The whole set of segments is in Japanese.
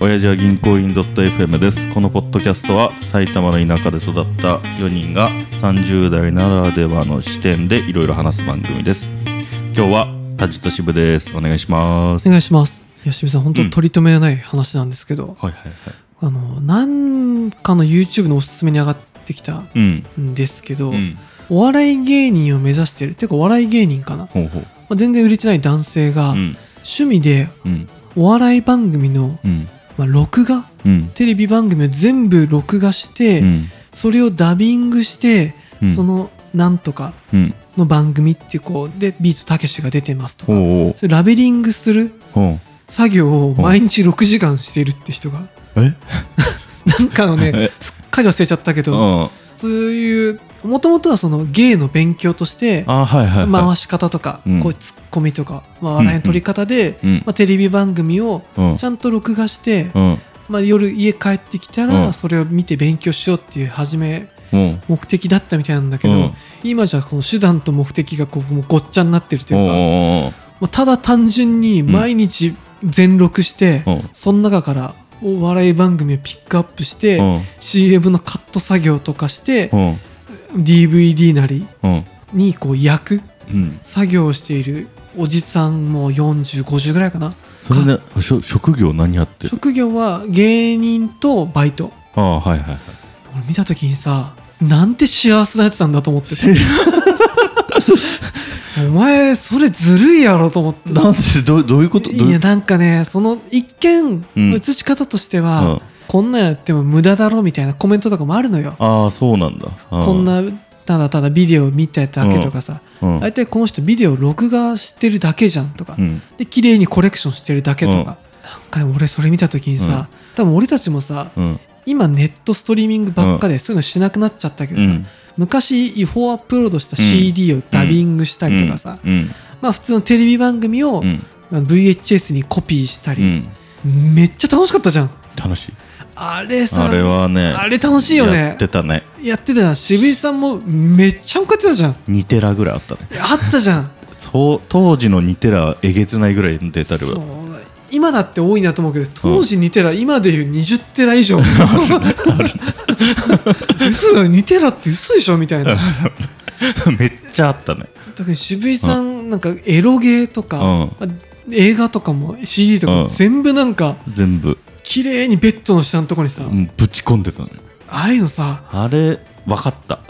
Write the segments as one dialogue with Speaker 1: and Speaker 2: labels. Speaker 1: 親父は銀行員 .fm ですこのポッドキャストは埼玉の田舎で育った4人が30代ならではの視点でいろいろ話す番組です今日はタジと渋ですお願いします
Speaker 2: お願いします。吉見さん、本
Speaker 1: う
Speaker 2: 当
Speaker 1: ん
Speaker 2: 取り留めのない話なんですけど、
Speaker 1: はいはいはい
Speaker 2: あの、なんかの YouTube のおすすめに上がってきた
Speaker 1: うん
Speaker 2: んですけど、
Speaker 1: うん
Speaker 2: お笑い芸人を目指してる、てかお笑い芸人かな。ま
Speaker 1: ほうほう
Speaker 2: あ全然売れてない男性が、
Speaker 1: うん
Speaker 2: 趣味で
Speaker 1: うん
Speaker 2: お笑い番組の、
Speaker 1: うん
Speaker 2: まあ、録画
Speaker 1: うん
Speaker 2: テレビ番組を全部録画して、
Speaker 1: うん
Speaker 2: それをダビングして、
Speaker 1: うん
Speaker 2: そのなんとか
Speaker 1: うん
Speaker 2: の番組ってこうでビートたけしが出てますとか
Speaker 1: ほうほう
Speaker 2: それラベリングする
Speaker 1: ほう
Speaker 2: 作業を毎日6時間しているって人が
Speaker 1: え
Speaker 2: なんかのね
Speaker 1: え
Speaker 2: すっかり忘れちゃったけ
Speaker 1: う
Speaker 2: ど
Speaker 1: んあ
Speaker 2: そういうもともとはその芸の勉強として
Speaker 1: はいはいはい
Speaker 2: 回し方とか
Speaker 1: うん
Speaker 2: こうツッコミとかまあ笑いの取り方で
Speaker 1: うん
Speaker 2: まあテレビ番組を
Speaker 1: うん
Speaker 2: ちゃんと録画して
Speaker 1: うん
Speaker 2: まあ夜家帰ってきた
Speaker 1: う
Speaker 2: ら
Speaker 1: ん
Speaker 2: それを見て勉強しようっていう初め
Speaker 1: うん
Speaker 2: 目的だったみたいなんだけ
Speaker 1: う
Speaker 2: ど
Speaker 1: ん
Speaker 2: 今じゃこの手段と目的がこうもうごっちゃになってると
Speaker 1: おう
Speaker 2: いうか
Speaker 1: おう
Speaker 2: まあただ単純に毎日全録して、
Speaker 1: おう
Speaker 2: その中からお笑い番組をピックアップして、
Speaker 1: うん
Speaker 2: CM のカット作業とかして
Speaker 1: う、ん
Speaker 2: DVD なり
Speaker 1: うん
Speaker 2: にこう焼く
Speaker 1: うん
Speaker 2: 作業をしているおじさんも4050ぐらいかな
Speaker 1: それでしょ職業何やってる
Speaker 2: 職業は芸人とバイト
Speaker 1: ああはいはいはい
Speaker 2: 俺見た時にさなんて幸せなやつなんだと 思ってさお前それずるいやろと思って
Speaker 1: なんでどうどういうことどう
Speaker 2: いやなんかねその一見
Speaker 1: うん
Speaker 2: 映し方としては、
Speaker 1: うん
Speaker 2: こんなんやっても無駄だろみたいなコメントとかもあるのよ
Speaker 1: ああそうなんだああ
Speaker 2: こんなただただビデオ見ただけとかさ
Speaker 1: うん
Speaker 2: 大体この人ビデオ録画してるだけじゃんとか
Speaker 1: うん
Speaker 2: で綺麗にコレクションしてるだけとか
Speaker 1: うん
Speaker 2: なんかね俺それ見た時にさ多分俺たちもさ
Speaker 1: うん
Speaker 2: 今ネットストリーミングばっかでそういうのしなくなっちゃったけど
Speaker 1: う
Speaker 2: さ
Speaker 1: ん
Speaker 2: 昔違法アップロードした
Speaker 1: うん
Speaker 2: CD をダビングしたりとかさ
Speaker 1: うん
Speaker 2: まあ普通のテレビ番組を
Speaker 1: うん
Speaker 2: VHS にコピーした
Speaker 1: う
Speaker 2: り
Speaker 1: ん
Speaker 2: めっちゃ楽しかったじゃん
Speaker 1: 楽しい
Speaker 2: あれさ
Speaker 1: あれはね
Speaker 2: あれ楽しいよ
Speaker 1: やっ
Speaker 2: ね
Speaker 1: てたね
Speaker 2: やってたじゃん渋井さんもめっちゃ向かってたじゃん
Speaker 1: 2テラぐらいあったね
Speaker 2: あったじゃん
Speaker 1: そう当時の2テラはえげつないぐらい出たり
Speaker 2: そう
Speaker 1: は
Speaker 2: 今だって多いなと思うけど当時2テラ、今でいう20テラ 以上 嘘だよ2テラって嘘でしょみたいな
Speaker 1: めっちゃあったね
Speaker 2: 特に渋井さん、なんかエロゲーとか、映画とかも CD とかも
Speaker 1: うん
Speaker 2: 全部なんか
Speaker 1: 全部
Speaker 2: 綺麗にベッドの下のとこにさ、
Speaker 1: うんぶち込んでたね
Speaker 2: ああいうのさ
Speaker 1: あれ分かった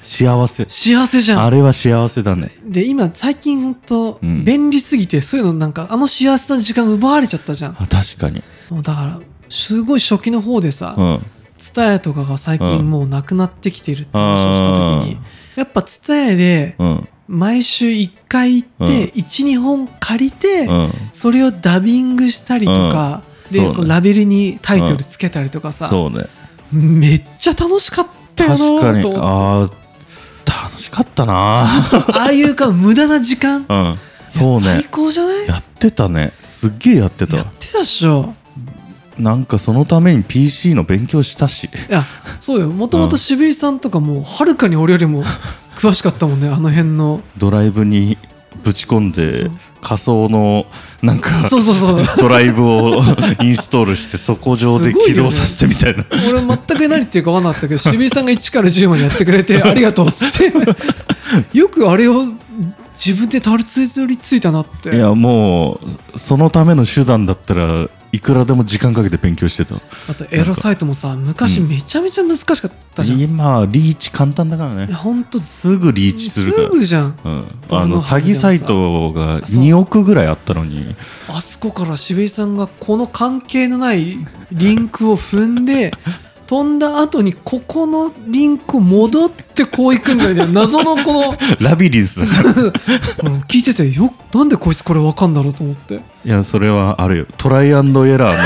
Speaker 1: 幸せ
Speaker 2: 幸せじゃん
Speaker 1: あれは幸せだね
Speaker 2: で今最近ほんと
Speaker 1: うん
Speaker 2: 便利すぎて、そういうのなんかあの幸せな時間奪われちゃったじゃん
Speaker 1: あ確かに
Speaker 2: もうだからすごい初期の方でさ、
Speaker 1: うん
Speaker 2: ツタヤとかが最
Speaker 1: う
Speaker 2: 近
Speaker 1: ん
Speaker 2: もうなくなってきてるって話をした時に、
Speaker 1: あ
Speaker 2: やっぱツタヤで
Speaker 1: うん
Speaker 2: 毎週1回行って
Speaker 1: うん
Speaker 2: 12、本借りて、
Speaker 1: うん
Speaker 2: それをダビングしたりとか、
Speaker 1: うん
Speaker 2: で
Speaker 1: そうね
Speaker 2: こうラベルにタイトルつけたりとかさ、
Speaker 1: そうね
Speaker 2: めっちゃ楽しかったよな
Speaker 1: 確か
Speaker 2: ー
Speaker 1: に
Speaker 2: と思って
Speaker 1: あー楽しかったな
Speaker 2: ああいうか無駄な時間
Speaker 1: うん そう
Speaker 2: いや
Speaker 1: ね
Speaker 2: 最高じゃない
Speaker 1: やってたねすっげえやって
Speaker 2: や
Speaker 1: た
Speaker 2: ってたっしょ
Speaker 1: なんかそのために PC の勉強した し
Speaker 2: いやそうよもともと渋井さんとかもはるかに俺よりも詳しかったもんねあの辺 の
Speaker 1: ドライブにぶち込ん
Speaker 2: そ
Speaker 1: で
Speaker 2: う
Speaker 1: 仮想のなんか
Speaker 2: そうそうそう
Speaker 1: ドライブをインストールしてそこ上で起動させてみたいな
Speaker 2: 俺全く何言ってるか分かんなかったけど渋井さんが1から10までやってくれてありがとうっつってよくあれを自分でたどり着いたなって
Speaker 1: いやもうそのための手段だったらいくらでも時間かけて勉強してた
Speaker 2: あとエロサイトもさ昔
Speaker 1: うん
Speaker 2: めちゃめちゃ難しかったじゃん、い
Speaker 1: 今はリーチ簡単だからね
Speaker 2: やほんとす
Speaker 1: すぐリーチするから
Speaker 2: ぐじゃん
Speaker 1: うん、
Speaker 2: ど
Speaker 1: あ
Speaker 2: んな
Speaker 1: の詐欺サイトが
Speaker 2: そう
Speaker 1: 2億ぐらいあったの に
Speaker 2: あそこから渋井さんがこの関係のないリンクを踏んで飛んだ後にここのリンクを戻ってこう行くんだよね謎の この
Speaker 1: ラビリンスだから
Speaker 2: うん聞いててよなんでこいつこれわかんだろうと思って
Speaker 1: いやそれはあれよトライアンドエラーの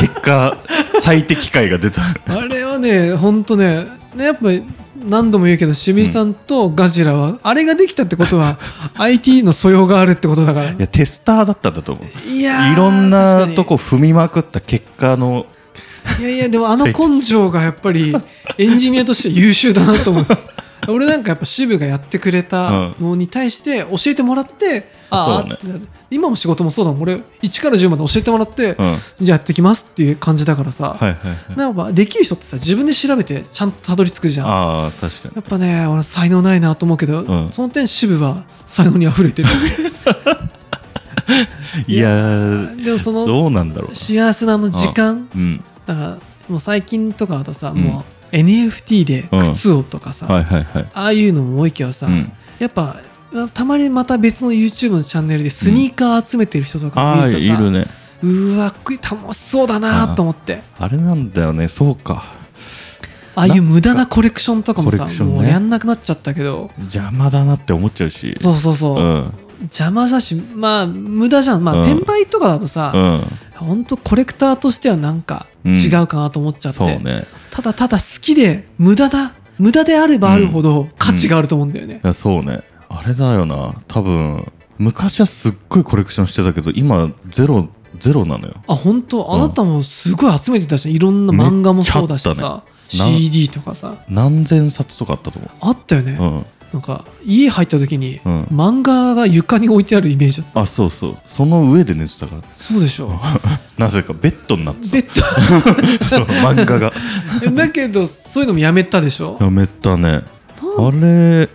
Speaker 1: 結果最適解が出た
Speaker 2: あれはねほんとねねやっぱり何度も言うけど渋井さんとガジラは、あれができたってこ とは IT の素養があるってことだから
Speaker 1: いやテスターだったんだと思う
Speaker 2: いやー
Speaker 1: いろん
Speaker 2: 確
Speaker 1: な
Speaker 2: かに
Speaker 1: とこ踏みまくった結果の
Speaker 2: いやいやでもあの根性がやっぱりエンジニアとして優秀だなと思う 俺なんかやっぱ渋がやってくれたのに対して教えてもらって、ああ、
Speaker 1: そうだね
Speaker 2: ってなる今も仕事もそうだもん俺1から10まで教えてもらって、
Speaker 1: うん、はい
Speaker 2: じゃあやってきますっていう感じだからさ、
Speaker 1: はいはい
Speaker 2: なんかできる人ってさ自分で調べてちゃんとたどり着くじゃん
Speaker 1: ああ確かに
Speaker 2: やっぱね俺才能ないなと思うけど、
Speaker 1: うん
Speaker 2: その点渋は才能にあふれ てる
Speaker 1: いやー
Speaker 2: でもそ
Speaker 1: ど
Speaker 2: の
Speaker 1: うなんだろう
Speaker 2: 幸せなあの時間
Speaker 1: うん
Speaker 2: だからもう最近とかだとさ、
Speaker 1: うん
Speaker 2: もう NFT で靴をとかさ、
Speaker 1: はいはいはい
Speaker 2: ああいうのも多いけどさ、
Speaker 1: うん
Speaker 2: やっぱたまにまた別の YouTube のチャンネルでスニーカー集めてる人とか
Speaker 1: ああ
Speaker 2: 見ると
Speaker 1: い
Speaker 2: さ、
Speaker 1: るね
Speaker 2: うーわこれ楽しそうだなと思って
Speaker 1: あれなんだよねそうか
Speaker 2: ああいう無駄なコレクションとかも
Speaker 1: コ
Speaker 2: さ
Speaker 1: レクションね
Speaker 2: もうやんなくなっちゃったけど
Speaker 1: 邪魔だなって思っちゃうし
Speaker 2: そうそうそう、
Speaker 1: うん
Speaker 2: 邪魔だしまあ無駄じゃんまあ、
Speaker 1: うん
Speaker 2: 転売とかだとさ、
Speaker 1: うん
Speaker 2: ほんとコレクターとしてはなんか
Speaker 1: うん
Speaker 2: 違うかなと思っちゃって、
Speaker 1: そうね
Speaker 2: ただただ好きで無駄だ無駄であればあるほど価値があると思うんだよね
Speaker 1: い、やそうねあれだよな多分昔はすっごいコレクションしてたけど今ゼロゼロなのよ
Speaker 2: あ本当
Speaker 1: う
Speaker 2: あ
Speaker 1: ん
Speaker 2: なたもすごい集めてたしいろんな漫画もそうだし
Speaker 1: めっちゃあ
Speaker 2: さ、
Speaker 1: ねな
Speaker 2: CD とかさ
Speaker 1: 何千冊とかあったと思
Speaker 2: あったよね、
Speaker 1: う
Speaker 2: なんか家入った時に、
Speaker 1: うんうん
Speaker 2: 漫画が床に置いてあるイメージだった
Speaker 1: あそうそうその上で寝てたから
Speaker 2: そうでしょ
Speaker 1: なぜかベッドになって
Speaker 2: ベッ
Speaker 1: た その漫画が
Speaker 2: ド だけどそういうのもやめたでしょ
Speaker 1: やめたね
Speaker 2: な
Speaker 1: あれ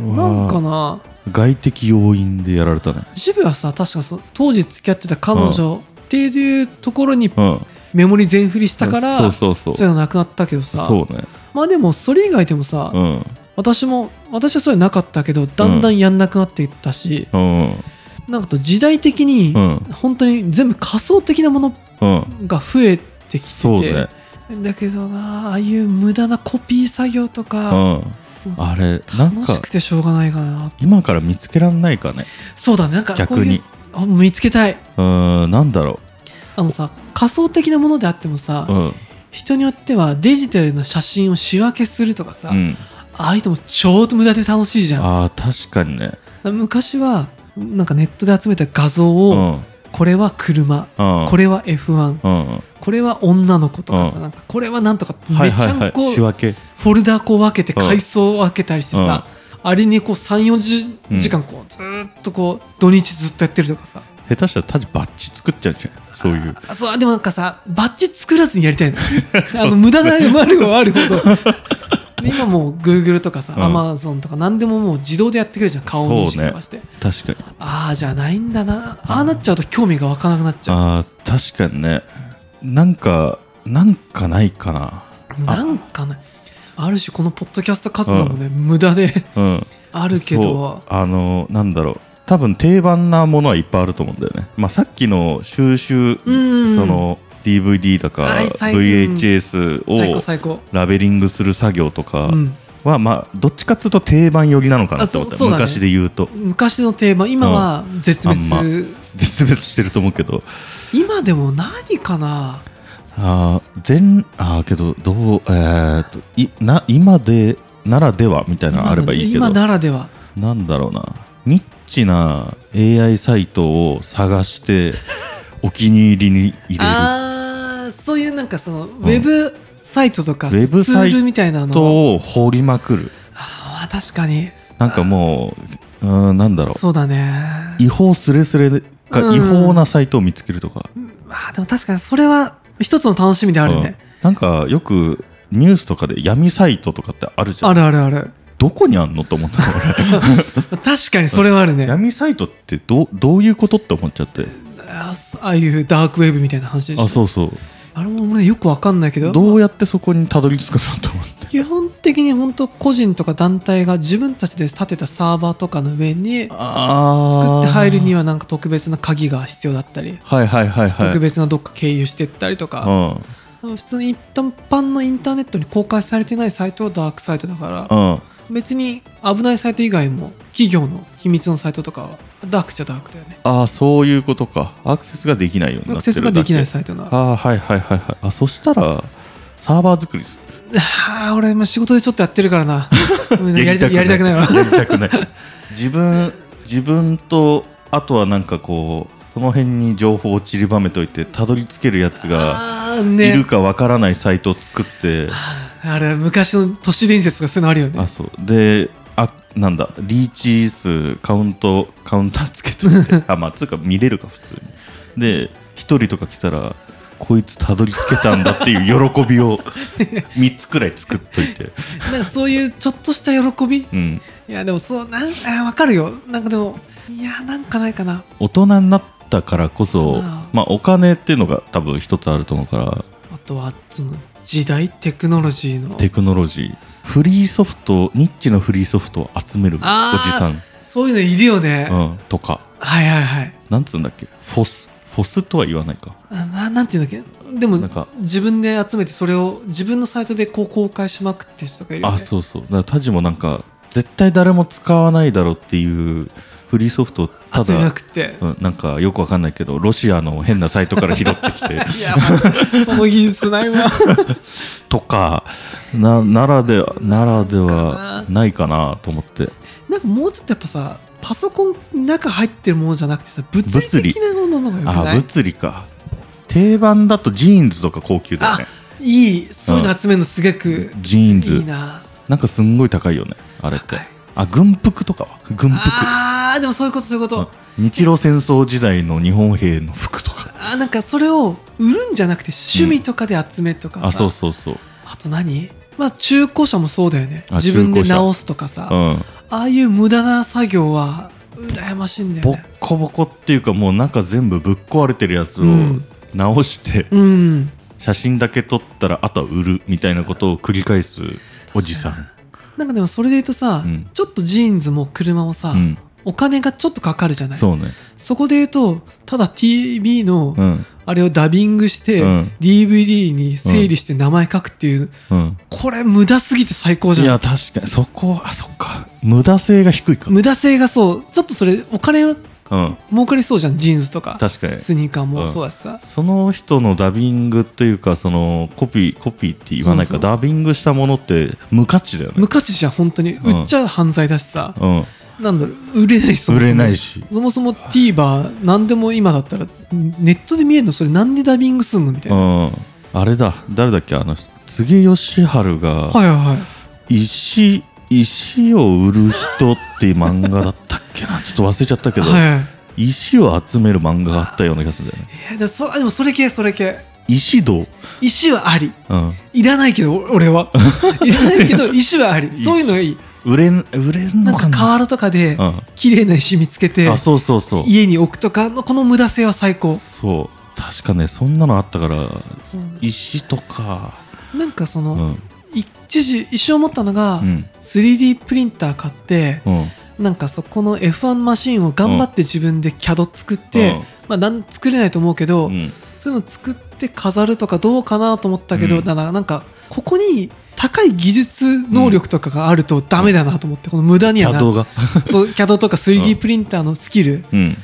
Speaker 2: なんか
Speaker 1: は
Speaker 2: な
Speaker 1: 外的要因でやられたね
Speaker 2: 渋谷はさ確かそ当時付き合ってた彼女っていうところに
Speaker 1: うん
Speaker 2: メモリ全振りしたから、
Speaker 1: そう
Speaker 2: そう
Speaker 1: そうそう
Speaker 2: いうのなくなったけどさ
Speaker 1: そうね
Speaker 2: まあでもそれ以外でもさ、
Speaker 1: うん
Speaker 2: 私も私はそういうのなかったけどだんだんやんなくなっていったし、
Speaker 1: うん
Speaker 2: なんかと時代的に、
Speaker 1: うん
Speaker 2: 本当に全部仮想的なもの
Speaker 1: うん
Speaker 2: が増えてきてて
Speaker 1: そうね
Speaker 2: だけどなああいう無駄なコピー作業と
Speaker 1: う
Speaker 2: か、
Speaker 1: んあれなん
Speaker 2: 楽し
Speaker 1: か
Speaker 2: くてしょうがないかな
Speaker 1: 今から見つけらんないかね
Speaker 2: そうだねなんかこうい
Speaker 1: 逆
Speaker 2: う
Speaker 1: に
Speaker 2: あ見つけたいう
Speaker 1: ーんなんだろ
Speaker 2: あのさ仮想的なものであってもさ、
Speaker 1: ううん
Speaker 2: 人によってはデジタルな写真を仕分けするとかさ、
Speaker 1: うん
Speaker 2: ああいうのもちょうど無駄で楽しいじゃん
Speaker 1: あー確かにね
Speaker 2: 昔はなんかネットで集めた画像
Speaker 1: う
Speaker 2: を、
Speaker 1: んうん
Speaker 2: これは車、こ
Speaker 1: こ
Speaker 2: れは F1
Speaker 1: うん
Speaker 2: これは女の子とかさ、
Speaker 1: うん
Speaker 2: なんかこれはなんとかって
Speaker 1: は
Speaker 2: め
Speaker 1: い
Speaker 2: ち
Speaker 1: はい
Speaker 2: ゃ
Speaker 1: はい
Speaker 2: んこう
Speaker 1: 仕分け
Speaker 2: フォルダこう分けて階層を分けたりしてさ、あれにこう
Speaker 1: う
Speaker 2: 34
Speaker 1: ん
Speaker 2: 時間こうずーっとこう土日ずっとやってるとかさ
Speaker 1: 下手したらタジバッチ作っちゃうじゃんそういう
Speaker 2: あそうあでもなんかさバッジ作らずにや りたいのあの無駄なもあるはあるほどで今もう Google とかさ、
Speaker 1: うん
Speaker 2: Amazon とか何でももう自動でやってくれるじゃん顔認識とかして、
Speaker 1: 確かに
Speaker 2: ああじゃないんだなああなっちゃうと興味が湧かなくなっちゃ
Speaker 1: あー確かにねなんかなんかないかな
Speaker 2: うなんかねある種このポッドキャスト活動もね、無駄で
Speaker 1: うん
Speaker 2: あるけ
Speaker 1: そう
Speaker 2: ど
Speaker 1: あのなんだろう多分定番なものはいっぱいあると思うんだよね、まあ、さっきの収集そ
Speaker 2: うん
Speaker 1: の DVD だか
Speaker 2: はい最近
Speaker 1: VHS
Speaker 2: 最高
Speaker 1: を
Speaker 2: 最高
Speaker 1: ラベリングする作業とか
Speaker 2: うん
Speaker 1: はまあどっちかっつうと定番寄りなのかなって思っ
Speaker 2: あ
Speaker 1: た
Speaker 2: そうそうだね
Speaker 1: 昔で言うと
Speaker 2: 昔の定番今は絶滅、
Speaker 1: あんま絶滅してると思うけど
Speaker 2: 今でも何かな
Speaker 1: あー全あーけどどうえーっといな今でならではみたいなのあればいいけど
Speaker 2: 今ならでは
Speaker 1: なんだろうなニッチな AI サイトを探 してお気に入りに入れ
Speaker 2: あーそういうなんかそのウェブサイトとか
Speaker 1: ウ
Speaker 2: ツ
Speaker 1: ェブサイ
Speaker 2: ールみたいな
Speaker 1: る
Speaker 2: のを
Speaker 1: とを掘りまくる
Speaker 2: あー確かに
Speaker 1: なんかもううんなんだろ
Speaker 2: そうだね
Speaker 1: う違法すれすれ
Speaker 2: う
Speaker 1: か
Speaker 2: ん
Speaker 1: 違法なサイトを見つけるとか
Speaker 2: うんあーでも確かにそれは一つの楽しみであるね、
Speaker 1: うんなんかよくニュースとかで闇サイトとかってあるじゃ
Speaker 2: あ
Speaker 1: ん
Speaker 2: るあるある
Speaker 1: どこにあんのと思ったの
Speaker 2: 確かにそれはある
Speaker 1: 俺
Speaker 2: ね
Speaker 1: 闇サイトってどどういうことって思っちゃって
Speaker 2: あそああいうダークウェブみたいな話でしょ
Speaker 1: あそうそう
Speaker 2: あれも俺ねよくわかんないけど
Speaker 1: どうやってそこにたどり着くのと思って
Speaker 2: 基本的に本当個人とか団体が自分たちで立てたサーバーとかの上に作
Speaker 1: あ
Speaker 2: って入るに
Speaker 1: は
Speaker 2: はなんか特別な鍵が必要だったり
Speaker 1: はいはいはいはい
Speaker 2: 特別などっか経由してったりと
Speaker 1: う
Speaker 2: か、
Speaker 1: ん
Speaker 2: 普通に一般のインターネットに公開されてないサイトはダークサイトだから、
Speaker 1: うん
Speaker 2: 別に危ないサイト以外も企業の秘密のサイトとかはダークっちゃダークだよね
Speaker 1: ああそういうことかアクセスができないようにな
Speaker 2: ア
Speaker 1: っ
Speaker 2: ク
Speaker 1: て
Speaker 2: セ
Speaker 1: る
Speaker 2: ス
Speaker 1: だ
Speaker 2: が
Speaker 1: け
Speaker 2: できないサイトな
Speaker 1: ああはいはいはいはいあそしたらサーバー作りする
Speaker 2: あー俺今仕事でちょっとやってるから なやりたやり たくないわ
Speaker 1: やりたくない自分自分とあとはなんかこうこの辺に情報を散りばめといてたどり着けるやつが
Speaker 2: あー
Speaker 1: い
Speaker 2: ね
Speaker 1: るかわからないサイトを作って、
Speaker 2: あれ昔の都市伝説とかそういうのあるよね
Speaker 1: あそうであなんだリーチ数カウントカウンターつけとい てあまあつうか見れるか普通にで一人とか来たらこいつたどり着けたんだっていう喜び を3つくらい作っといて
Speaker 2: なんかそういうちょっとした喜びい
Speaker 1: うん
Speaker 2: やでもそうなんあわかるよなんかでもいやなんかないかな
Speaker 1: 大人になったからこそ
Speaker 2: あ、
Speaker 1: まあ、お金っていうのが多分一つあると思うから
Speaker 2: あとはその時代テクノロジーの
Speaker 1: テクノロジーフリーソフトニッチのフリーソフトを集めるお
Speaker 2: あー
Speaker 1: じさん、
Speaker 2: そういうのいるよね、
Speaker 1: うん、とか
Speaker 2: はいはいはい
Speaker 1: なんつうんだっけフォスフォスとは言わないか
Speaker 2: あななんていうんだっけでも
Speaker 1: なんか
Speaker 2: 自分で集めてそれを自分のサイトでこう公開しまくってる人とかいるよ、ね、
Speaker 1: あそうそうだからタジもなんか絶対誰も使わないだろうっていうフリーソフトをた
Speaker 2: 集めま
Speaker 1: だ、
Speaker 2: くって
Speaker 1: うん、なんかよくわかんないけどロシアの変なサイトから拾ってき て
Speaker 2: いや、その技術ないわ。
Speaker 1: とかなならではならではないかなと思って
Speaker 2: なんかもうちょっとやっぱさ、パソコンの中入ってるものじゃなくてさ、物理的なものの方がよく
Speaker 1: あ
Speaker 2: ない
Speaker 1: 物理か定番だとジーンズとか高級だよね
Speaker 2: いい、そういうの集めるのすげく、
Speaker 1: ジーンズ
Speaker 2: いいな。
Speaker 1: なんかすんごい高いよねあれって
Speaker 2: 高い
Speaker 1: あ軍服とかは軍服
Speaker 2: あー、でもそういうこと、そういうこと。
Speaker 1: うん日露戦争時代の日本兵の服とか
Speaker 2: あーなんかそれを売るんじゃなくて趣味とかで集めとかさ、
Speaker 1: あそうそうそう
Speaker 2: あと何まあ中古車もそうだよね
Speaker 1: あ
Speaker 2: 自分で
Speaker 1: 中古車
Speaker 2: 直すとかさ、
Speaker 1: う
Speaker 2: あ
Speaker 1: ん
Speaker 2: あいう無駄な作業は羨ましいんだよ
Speaker 1: ボ
Speaker 2: ね
Speaker 1: ッコボコっていうかもう中全部ぶっ壊れてるやつを
Speaker 2: うん
Speaker 1: 直して
Speaker 2: うん
Speaker 1: 写真だけ撮ったらあとは売るみたいなことを繰り返すおじさん
Speaker 2: なんかでもそれで言うとさ、
Speaker 1: うん
Speaker 2: ちょっとジーンズも車もさ、
Speaker 1: うん
Speaker 2: お金がちょっとかかるじゃない
Speaker 1: そう
Speaker 2: そ
Speaker 1: ね
Speaker 2: こで言うとただ TV の
Speaker 1: うん
Speaker 2: あれをダビングして、
Speaker 1: うん
Speaker 2: DVD に整理して名前書くっていう、
Speaker 1: うん
Speaker 2: これ無駄すぎて最高
Speaker 1: い
Speaker 2: じゃん
Speaker 1: や確かにそこあそっか無駄性が低いか
Speaker 2: 無駄性がそうちょっとそれお金
Speaker 1: うん
Speaker 2: 儲かりそうじゃんジーンズとか
Speaker 1: 確かに
Speaker 2: スニーカーもそうだしさ、
Speaker 1: その人のダビングというかそのコピーコピーって言わないか
Speaker 2: そうそう
Speaker 1: ダビングしたものって無価値だよね、
Speaker 2: 昔じゃん本当に
Speaker 1: ん
Speaker 2: 売っちゃ犯罪だしさ、
Speaker 1: う
Speaker 2: なんだろう売れないしそ
Speaker 1: ん、売
Speaker 2: もそも
Speaker 1: れないし
Speaker 2: そもそも TVer 何でも今だったらネットで見えるのそれなんでダビングすんのみたいうな、
Speaker 1: んあれだ誰だっけあの人柘植義治が
Speaker 2: はいはいはい
Speaker 1: 石石を売る人っていう漫画だったっけ なちょっと忘れちゃったけど、
Speaker 2: はいはい
Speaker 1: 石を集める漫画があったような気がするんだよね
Speaker 2: いやでもそあでもそれ系それ系
Speaker 1: 石堂
Speaker 2: 石はあり
Speaker 1: うん
Speaker 2: いらないけどお俺 はいらないけど石はありそういうのいい
Speaker 1: 売れん売れん
Speaker 2: な
Speaker 1: の
Speaker 2: ん
Speaker 1: か
Speaker 2: か
Speaker 1: な
Speaker 2: 瓦とかで
Speaker 1: うん
Speaker 2: 綺麗な石見つけて
Speaker 1: あそうそうそう
Speaker 2: 家に置くとかのこの無駄性は最高
Speaker 1: そう確かねそんなのあったから
Speaker 2: そう
Speaker 1: 石とか
Speaker 2: なんかそうの、
Speaker 1: ん
Speaker 2: 一時一生思ったのが、
Speaker 1: うん、
Speaker 2: 3D プリンター買って
Speaker 1: うん、
Speaker 2: なんかそこの F1 マシンを頑張って自分で CAD 作って、
Speaker 1: うん
Speaker 2: まあなん作れないと思うけど、
Speaker 1: うん
Speaker 2: そういうの作って飾るとかどうかなと思ったけど、
Speaker 1: うん
Speaker 2: だからなんかここに高い技術能力とかがあるとダメだなと思って、この無駄にはな
Speaker 1: キャドが、
Speaker 2: そう CAD とか
Speaker 1: う
Speaker 2: 3D
Speaker 1: ん
Speaker 2: プリンターのスキル、
Speaker 1: うん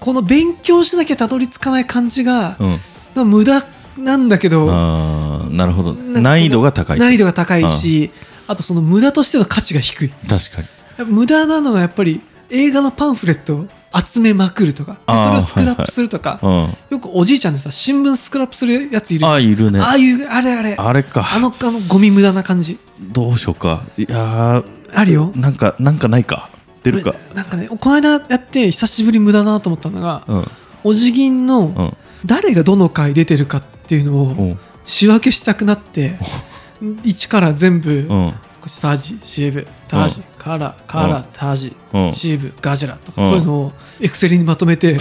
Speaker 2: この勉強しなきゃたどり着かない感じが、
Speaker 1: うん、
Speaker 2: なんか無駄なんだけど
Speaker 1: あーなるほど
Speaker 2: なんか
Speaker 1: 難易度が高い
Speaker 2: 難易度が高いし、あとその無駄としての価値が低い
Speaker 1: 確かに
Speaker 2: やっぱ無駄なのはやっぱり映画のパンフレットを集めまくるとかでそ
Speaker 1: あ
Speaker 2: れ
Speaker 1: ー
Speaker 2: をスクラップするとか、
Speaker 1: うん
Speaker 2: よくおじいちゃんでさ新聞スクラップするやついるじゃん
Speaker 1: ああいるね
Speaker 2: ああいうあれあれ
Speaker 1: あれか
Speaker 2: あのあのゴミ無駄な感じ
Speaker 1: どうしようかいやー
Speaker 2: あるよ
Speaker 1: なんかなんかないか出るか
Speaker 2: なんかねこの間やって久しぶり無駄だなと思ったのが、
Speaker 1: うん
Speaker 2: お辞儀
Speaker 1: う
Speaker 2: の
Speaker 1: ん
Speaker 2: 誰がどの回出てるかっていうの
Speaker 1: う
Speaker 2: を
Speaker 1: ん
Speaker 2: 仕分けしたくなって1から全部
Speaker 1: うん
Speaker 2: タジシーブタジカラカラタジ
Speaker 1: うん
Speaker 2: シーブガジラとか
Speaker 1: うん
Speaker 2: そういうのをエクセルにまとめ て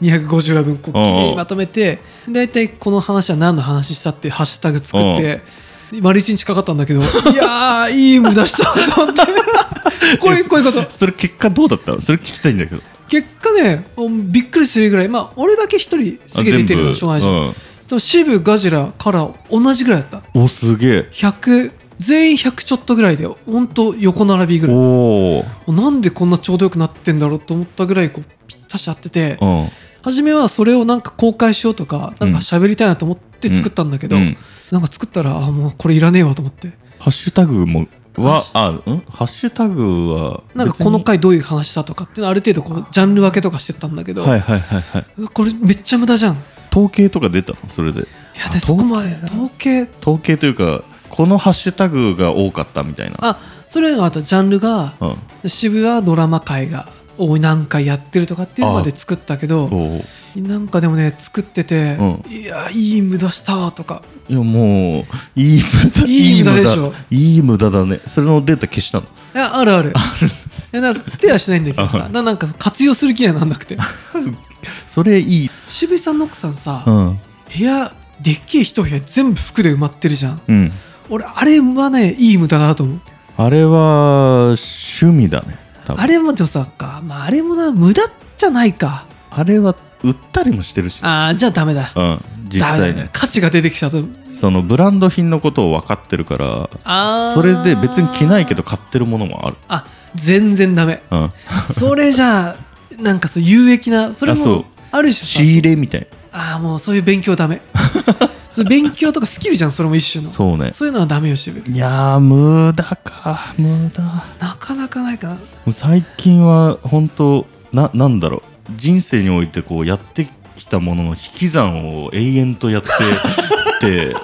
Speaker 2: 250話分こうきれいにまとめて大体この話は何の話したっていうハッシュタグ作って丸一日かかったんだけどいやーいい無駄したと思 ってこういうこういうこと
Speaker 1: それ結果どうだったのそれ聞きたいんだけど
Speaker 2: 結果ねびっくりするぐらいまあ俺だけ一人すげえ出てるのはしょうがないじゃん、
Speaker 1: うん
Speaker 2: でもシーブガジラカラ同じぐらいだった
Speaker 1: おすげえ
Speaker 2: 100全員100ちょっとぐらいでほんと横並びぐらい
Speaker 1: おお
Speaker 2: なんでこんなちょうどよくなってんだろうと思ったぐらいこうぴったし合ってて、
Speaker 1: うん
Speaker 2: 初めはそれをなんか公開しようとかなんか喋りたいなと思って作ったんだけど、
Speaker 1: うん
Speaker 2: なんか作ったらあもうこれいらねえわと思って
Speaker 1: ハッシュタグもは、あ、んハッシュタグは、
Speaker 2: なんかこの回どういう話したとかっていうのある程度こうジャンル分けとかしてったんだけど、
Speaker 1: 別にはいはいはいはい。
Speaker 2: うわこれめっちゃ無駄じゃんい
Speaker 1: 統計とか出たのそれで。
Speaker 2: や
Speaker 1: あ
Speaker 2: でそこまで統
Speaker 1: 統
Speaker 2: 計
Speaker 1: 統計というか、このハッシュタグが多かったみたいな。
Speaker 2: あそれがあとジャンルが
Speaker 1: うん。
Speaker 2: 渋谷ドラマ会が多い何回やってるとかっていうのまで作ったけど
Speaker 1: おう
Speaker 2: なんかでもね作ってて、
Speaker 1: う
Speaker 2: いやいい無駄したわとか
Speaker 1: いやもういい無駄
Speaker 2: いい無駄でしょ
Speaker 1: いい無駄だねそれのデータ消したの
Speaker 2: いやある あるいやだから捨てはしないんだけど
Speaker 1: あ
Speaker 2: さ
Speaker 1: はい
Speaker 2: ななんか活用する気にはなんなくて
Speaker 1: それいい
Speaker 2: 渋井さんの奥さんさ、
Speaker 1: うん
Speaker 2: 部屋でっけえ一部屋全部服で埋まってるじゃん
Speaker 1: うん
Speaker 2: 俺あれはねいい無駄だなと思う
Speaker 1: あれは趣味だね多分
Speaker 2: あれもでもさか、まあ、あれもな無駄じゃないか
Speaker 1: あれは売ったりもしてるし
Speaker 2: あーじゃあダメだ
Speaker 1: うん実際
Speaker 2: ダメだ
Speaker 1: ね
Speaker 2: 価値が出てきちゃう
Speaker 1: そのブランド品のことを分かってるから
Speaker 2: あー
Speaker 1: それで別に着ないけど買ってるものもある
Speaker 2: あ全然 ダメ
Speaker 1: うん
Speaker 2: それじゃあなんかそう有益なそれ
Speaker 1: あそう
Speaker 2: もある種
Speaker 1: 仕入
Speaker 2: さ
Speaker 1: れみたい
Speaker 2: ああもうそういう勉強 ダメそう勉強とかスキルじゃんそれも一種
Speaker 1: な
Speaker 2: の
Speaker 1: そうね
Speaker 2: そういうのはダメよ渋谷
Speaker 1: いやー無駄か無駄
Speaker 2: なかなかないかな
Speaker 1: 最近は本当ななんだろう人生においてこうやってきたものの引き算を永遠とやって って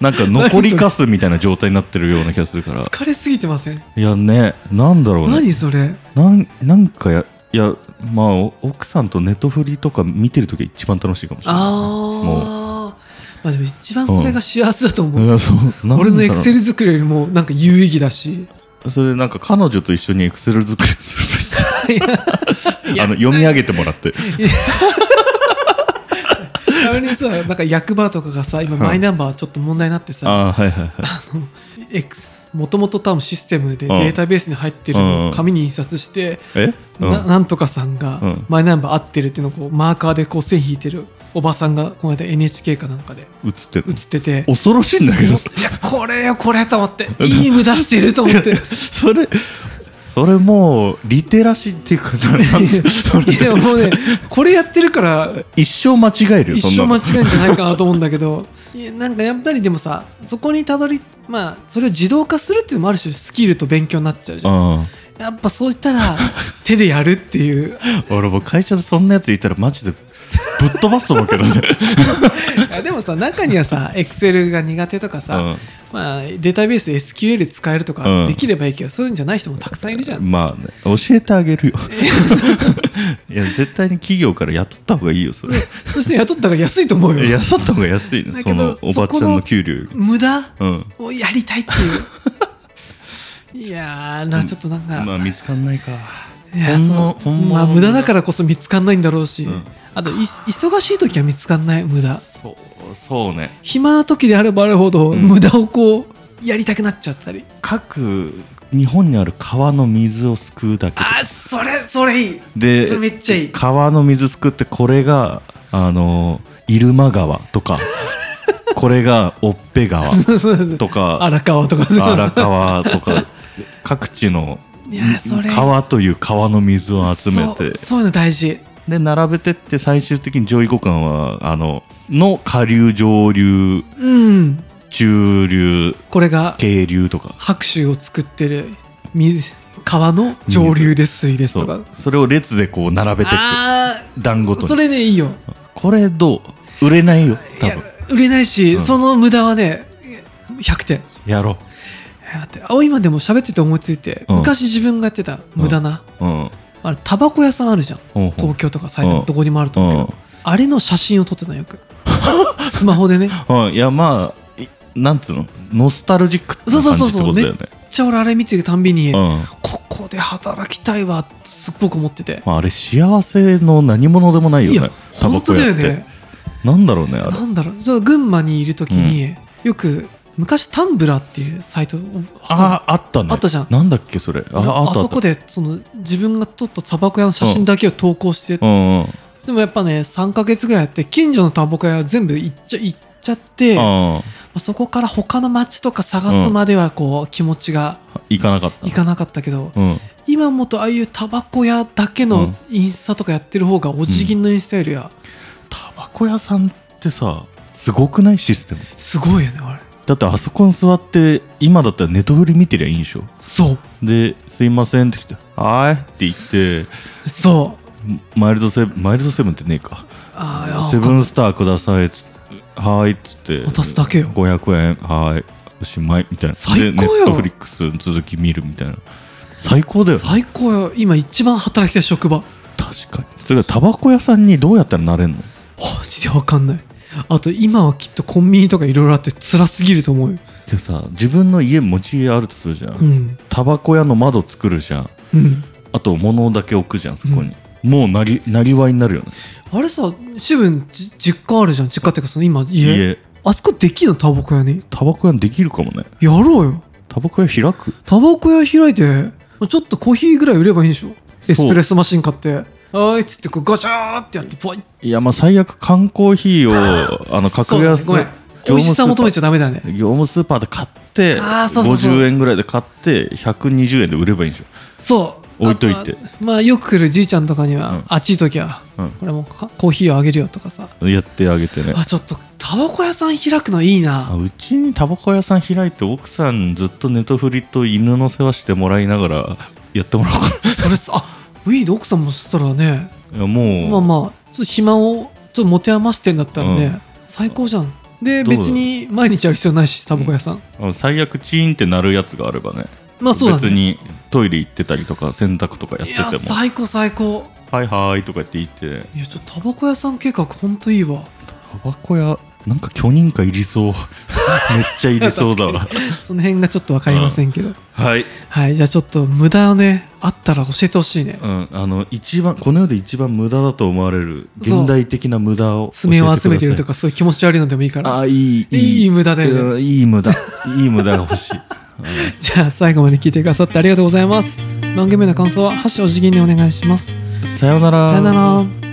Speaker 1: なんか残りかすみたいな状態になってるような気がするから
Speaker 2: 疲れすぎてません
Speaker 1: いやねなんだろうね
Speaker 2: 何それ
Speaker 1: なんなんかやいやまあお奥さんとネットフリとか見てる時が一番楽しいかもしれない
Speaker 2: ああまあでも一番それが幸せだと思う、
Speaker 1: いやそうなんだろう
Speaker 2: 俺のエクセル作りよりもなんか有意義だし
Speaker 1: それなんか彼女と一緒にエクセル作りをす
Speaker 2: いや
Speaker 1: るあの読み上げてもらって
Speaker 2: たまにさなんか役場とかがさ今
Speaker 1: うん
Speaker 2: マイナンバーちょっと問題になってさ
Speaker 1: ああはいはいはい
Speaker 2: もともと多分システムで
Speaker 1: う
Speaker 2: デ
Speaker 1: ん
Speaker 2: ータベースに入ってるの
Speaker 1: う
Speaker 2: を
Speaker 1: ん
Speaker 2: 紙に印刷して、
Speaker 1: え、うん
Speaker 2: ななんとかさんが
Speaker 1: うん
Speaker 2: マイナンバー合ってるっていうのをこうマーカーでこう線引いてるおばさんがこの間 NHK かなんかで
Speaker 1: 映ってる
Speaker 2: 映ってて
Speaker 1: 恐ろしいんだけど
Speaker 2: いやこれよこれと思っていい無駄してると思って。
Speaker 1: それそれもうリテラシーっていうかななんてそれ
Speaker 2: いやもうねこれやってるから
Speaker 1: 一生間違えるよ
Speaker 2: 一
Speaker 1: そん
Speaker 2: 生
Speaker 1: なの
Speaker 2: 間違えんじゃないかなと思うんだけどいやなんかやっぱりでもさそこにたどりまあそれを自動化するっていうのもある種スキルと勉強になっちゃうじゃん
Speaker 1: うん
Speaker 2: やっぱそうしたら手でやるっていう
Speaker 1: 俺もう会社でそんなやついたらマジでぶっ飛ばすと思うけどね
Speaker 2: いやでもさ中にはさエクセルが苦手とかさ、まあ、データベース SQL 使えると
Speaker 1: う
Speaker 2: か
Speaker 1: ん
Speaker 2: できればいいけど、そういうんじゃない人もたくさんいるじゃ
Speaker 1: うんんまあね教えてあ げるよいや絶対に企業から雇った方がいいよそれ
Speaker 2: そして雇ったら安いと思うよ
Speaker 1: 雇った方が安いね
Speaker 2: だ
Speaker 1: そ
Speaker 2: け
Speaker 1: の
Speaker 2: ど
Speaker 1: おばちゃんの給料より
Speaker 2: 無駄
Speaker 1: うん
Speaker 2: をやりたいっていういやーなちょっとなんか、
Speaker 1: まあ見つかんないか
Speaker 2: いや
Speaker 1: ほん
Speaker 2: そ
Speaker 1: の
Speaker 2: の
Speaker 1: ほんの
Speaker 2: まあ無駄だからこそ見つかんないんだろうし、
Speaker 1: うん
Speaker 2: あとい忙しい時は見つかんない無駄
Speaker 1: そうそうね
Speaker 2: 暇な時であればあるほど、
Speaker 1: うん
Speaker 2: 無駄をこうやりたくなっちゃったり
Speaker 1: 各日本にある川の水をすくうだけ
Speaker 2: あそれそれいい
Speaker 1: で
Speaker 2: それめっちゃいい
Speaker 1: 川の水すくってこれがあの入間川と かこれがオッペ川
Speaker 2: そうそうそう
Speaker 1: とか
Speaker 2: 荒川とかそ う
Speaker 1: 荒川とか各地の
Speaker 2: いやそれ
Speaker 1: 川という川の水を集めて
Speaker 2: そうそういうの大事
Speaker 1: で並べてって最終的に上位互換はあのの下流上流
Speaker 2: うん
Speaker 1: 中流
Speaker 2: これが
Speaker 1: 渓流とか
Speaker 2: 白州を作ってる水川の上流です水です
Speaker 1: そ
Speaker 2: とか
Speaker 1: うそれを列でこう並べてって
Speaker 2: あ
Speaker 1: 団子
Speaker 2: あそ
Speaker 1: とに
Speaker 2: れねいいよ
Speaker 1: これどう売れないよ
Speaker 2: い
Speaker 1: 多
Speaker 2: や
Speaker 1: 分
Speaker 2: 売れないし、
Speaker 1: うん
Speaker 2: その無駄はね100点
Speaker 1: やろ
Speaker 2: え待ってあ今でも喋ってて思いついて、
Speaker 1: うん
Speaker 2: 昔自分がやってた無駄な、
Speaker 1: ううん
Speaker 2: あれタバコ屋さんあるじゃん
Speaker 1: うん
Speaker 2: 東京とか埼玉、
Speaker 1: うん
Speaker 2: どこにもあると思うけど、
Speaker 1: うん
Speaker 2: あれの写真を撮ってたよ よくスマホでねめっ
Speaker 1: うん、いやまあいなんつうのノスタルジックって
Speaker 2: そ
Speaker 1: 感
Speaker 2: うそう
Speaker 1: じ
Speaker 2: そう
Speaker 1: って
Speaker 2: そう
Speaker 1: ことだよね
Speaker 2: ちゃ俺あれ見てるたんびに、
Speaker 1: う、ん
Speaker 2: ここで働きたいわってすっごく思ってて、
Speaker 1: まあ、あれ幸せの何者でもない
Speaker 2: い
Speaker 1: よね
Speaker 2: や
Speaker 1: タバ
Speaker 2: 本
Speaker 1: コ
Speaker 2: 当だ
Speaker 1: 屋
Speaker 2: よ
Speaker 1: って、
Speaker 2: ね
Speaker 1: なんだろうねあれ
Speaker 2: なんだろうそう群馬にいる時に、よく昔タンブラーっていうサイト
Speaker 1: ああったね
Speaker 2: あったじゃん
Speaker 1: なんだっけそれあ
Speaker 2: 俺
Speaker 1: あったあ
Speaker 2: あ
Speaker 1: った
Speaker 2: そこでその自分が撮ったタバコ屋の写真だけを投稿して
Speaker 1: うんうん
Speaker 2: でもやっぱね3ヶ月ぐらいやって近所のタバコ屋は全部行っちゃ行っちゃってま
Speaker 1: あ
Speaker 2: あ、そこから他の町とか探すまではこう、気持ちが
Speaker 1: あ行かなかった
Speaker 2: いかなかったけど、
Speaker 1: うん
Speaker 2: 今もとああいうタバコ屋だけ
Speaker 1: う
Speaker 2: の
Speaker 1: ん
Speaker 2: インスタとかやってる方がお辞儀のインスタよりは
Speaker 1: タバコ屋さんってさすごくないシステム
Speaker 2: すごいよねあれ
Speaker 1: だってあそこに座って今だったらネトフリ見てりゃいいんでしょ
Speaker 2: そ
Speaker 1: で「すいません」って来て「はーい」って言って
Speaker 2: うそう
Speaker 1: マイルドセブンマイルドセブンってねえか
Speaker 2: あ
Speaker 1: 「
Speaker 2: あ
Speaker 1: セブンスターください」っつって「はーい」っつって
Speaker 2: 渡すだけよ
Speaker 1: 500円はーいおしまいみたいな
Speaker 2: 最高
Speaker 1: で
Speaker 2: よ
Speaker 1: ネットフリックス続き見るみたいな最高だよ
Speaker 2: 最高よ今一番働きたい職場
Speaker 1: 確かにそれからタバコ屋さんにどうやったらなれんの
Speaker 2: マジでわかんないあと今はきっとコンビニとかいろいろあって辛すぎると思うよ
Speaker 1: でさ自分の家持ち家あるとするじゃ
Speaker 2: うんん
Speaker 1: タバコ屋の窓作るじゃん
Speaker 2: うん
Speaker 1: あと物だけ置くじゃんそこに、もうなりなりわいになるよね
Speaker 2: あれさシブンじ実家あるじゃん実家っていうかその今家
Speaker 1: 家
Speaker 2: あそこできんのタバコ屋に
Speaker 1: タバコ屋できるかもね
Speaker 2: やろうよ
Speaker 1: タバコ屋開く
Speaker 2: タバコ屋開いてちょっとコーヒーぐらい売ればいいんでしょ
Speaker 1: そう
Speaker 2: エスプレッソマシン買ってはーいっつってこうガシャーってやってポイッ
Speaker 1: いやまあ最悪缶コーヒー をあの格安
Speaker 2: そうだねごめん美味しさ求めちゃダメだね
Speaker 1: 業務スーパーで買って
Speaker 2: あーそうそうそう
Speaker 1: 50円ぐらいで買って120円で売ればいいんでし
Speaker 2: そう
Speaker 1: 置いといて
Speaker 2: あとまあよく来るじいちゃんとかには、
Speaker 1: うん
Speaker 2: あっちい時は
Speaker 1: ょ、
Speaker 2: これもうかコーヒーをあげるよとかさ
Speaker 1: うん、やってあげてね
Speaker 2: あちょっとタバコ屋さん開くのいい
Speaker 1: あ
Speaker 2: な
Speaker 1: うちにタバコ屋さん開いて奥さんずっとネトフリと犬の世話してもらいながらやってもらおうか
Speaker 2: それあウィード奥さんもしたらね、
Speaker 1: ないやもう
Speaker 2: まあまあちょっと暇をちょっと持て余してんだったらね、
Speaker 1: うん
Speaker 2: 最高じゃんで
Speaker 1: どうだろう
Speaker 2: 別に毎日やる必要ないしタバコ屋さん、
Speaker 1: あの最悪チーンってなるやつがあればね
Speaker 2: まあそうだね
Speaker 1: 別にトイレ行ってたりとか洗濯とかや
Speaker 2: い
Speaker 1: っ
Speaker 2: や
Speaker 1: てても
Speaker 2: 最高最高
Speaker 1: 「はいはい」とか言って言って
Speaker 2: いやちょっとタバコ屋さん計画ほんといいわ
Speaker 1: タバコ屋なんか許認可いり そうめっちゃいりそうだわ
Speaker 2: 確かにその辺がちょっと分かりませんけど、
Speaker 1: はい、
Speaker 2: はいじゃあちょっと無駄をねあったら教えてほしいね、
Speaker 1: うん、あの一番この世で一番無駄だと思われる現代的な無駄を
Speaker 2: 爪を集めてると
Speaker 1: か
Speaker 2: かそういう気持ち悪いのでもいいから
Speaker 1: あーいい
Speaker 2: いい無駄だよね
Speaker 1: うんいい無駄いい無駄が欲しい、うん
Speaker 2: じゃあ最後まで聞いてくださってありがとうございます番組への感想は「ハッシュお辞儀」にお願いしますさ
Speaker 1: さよなら
Speaker 2: よなら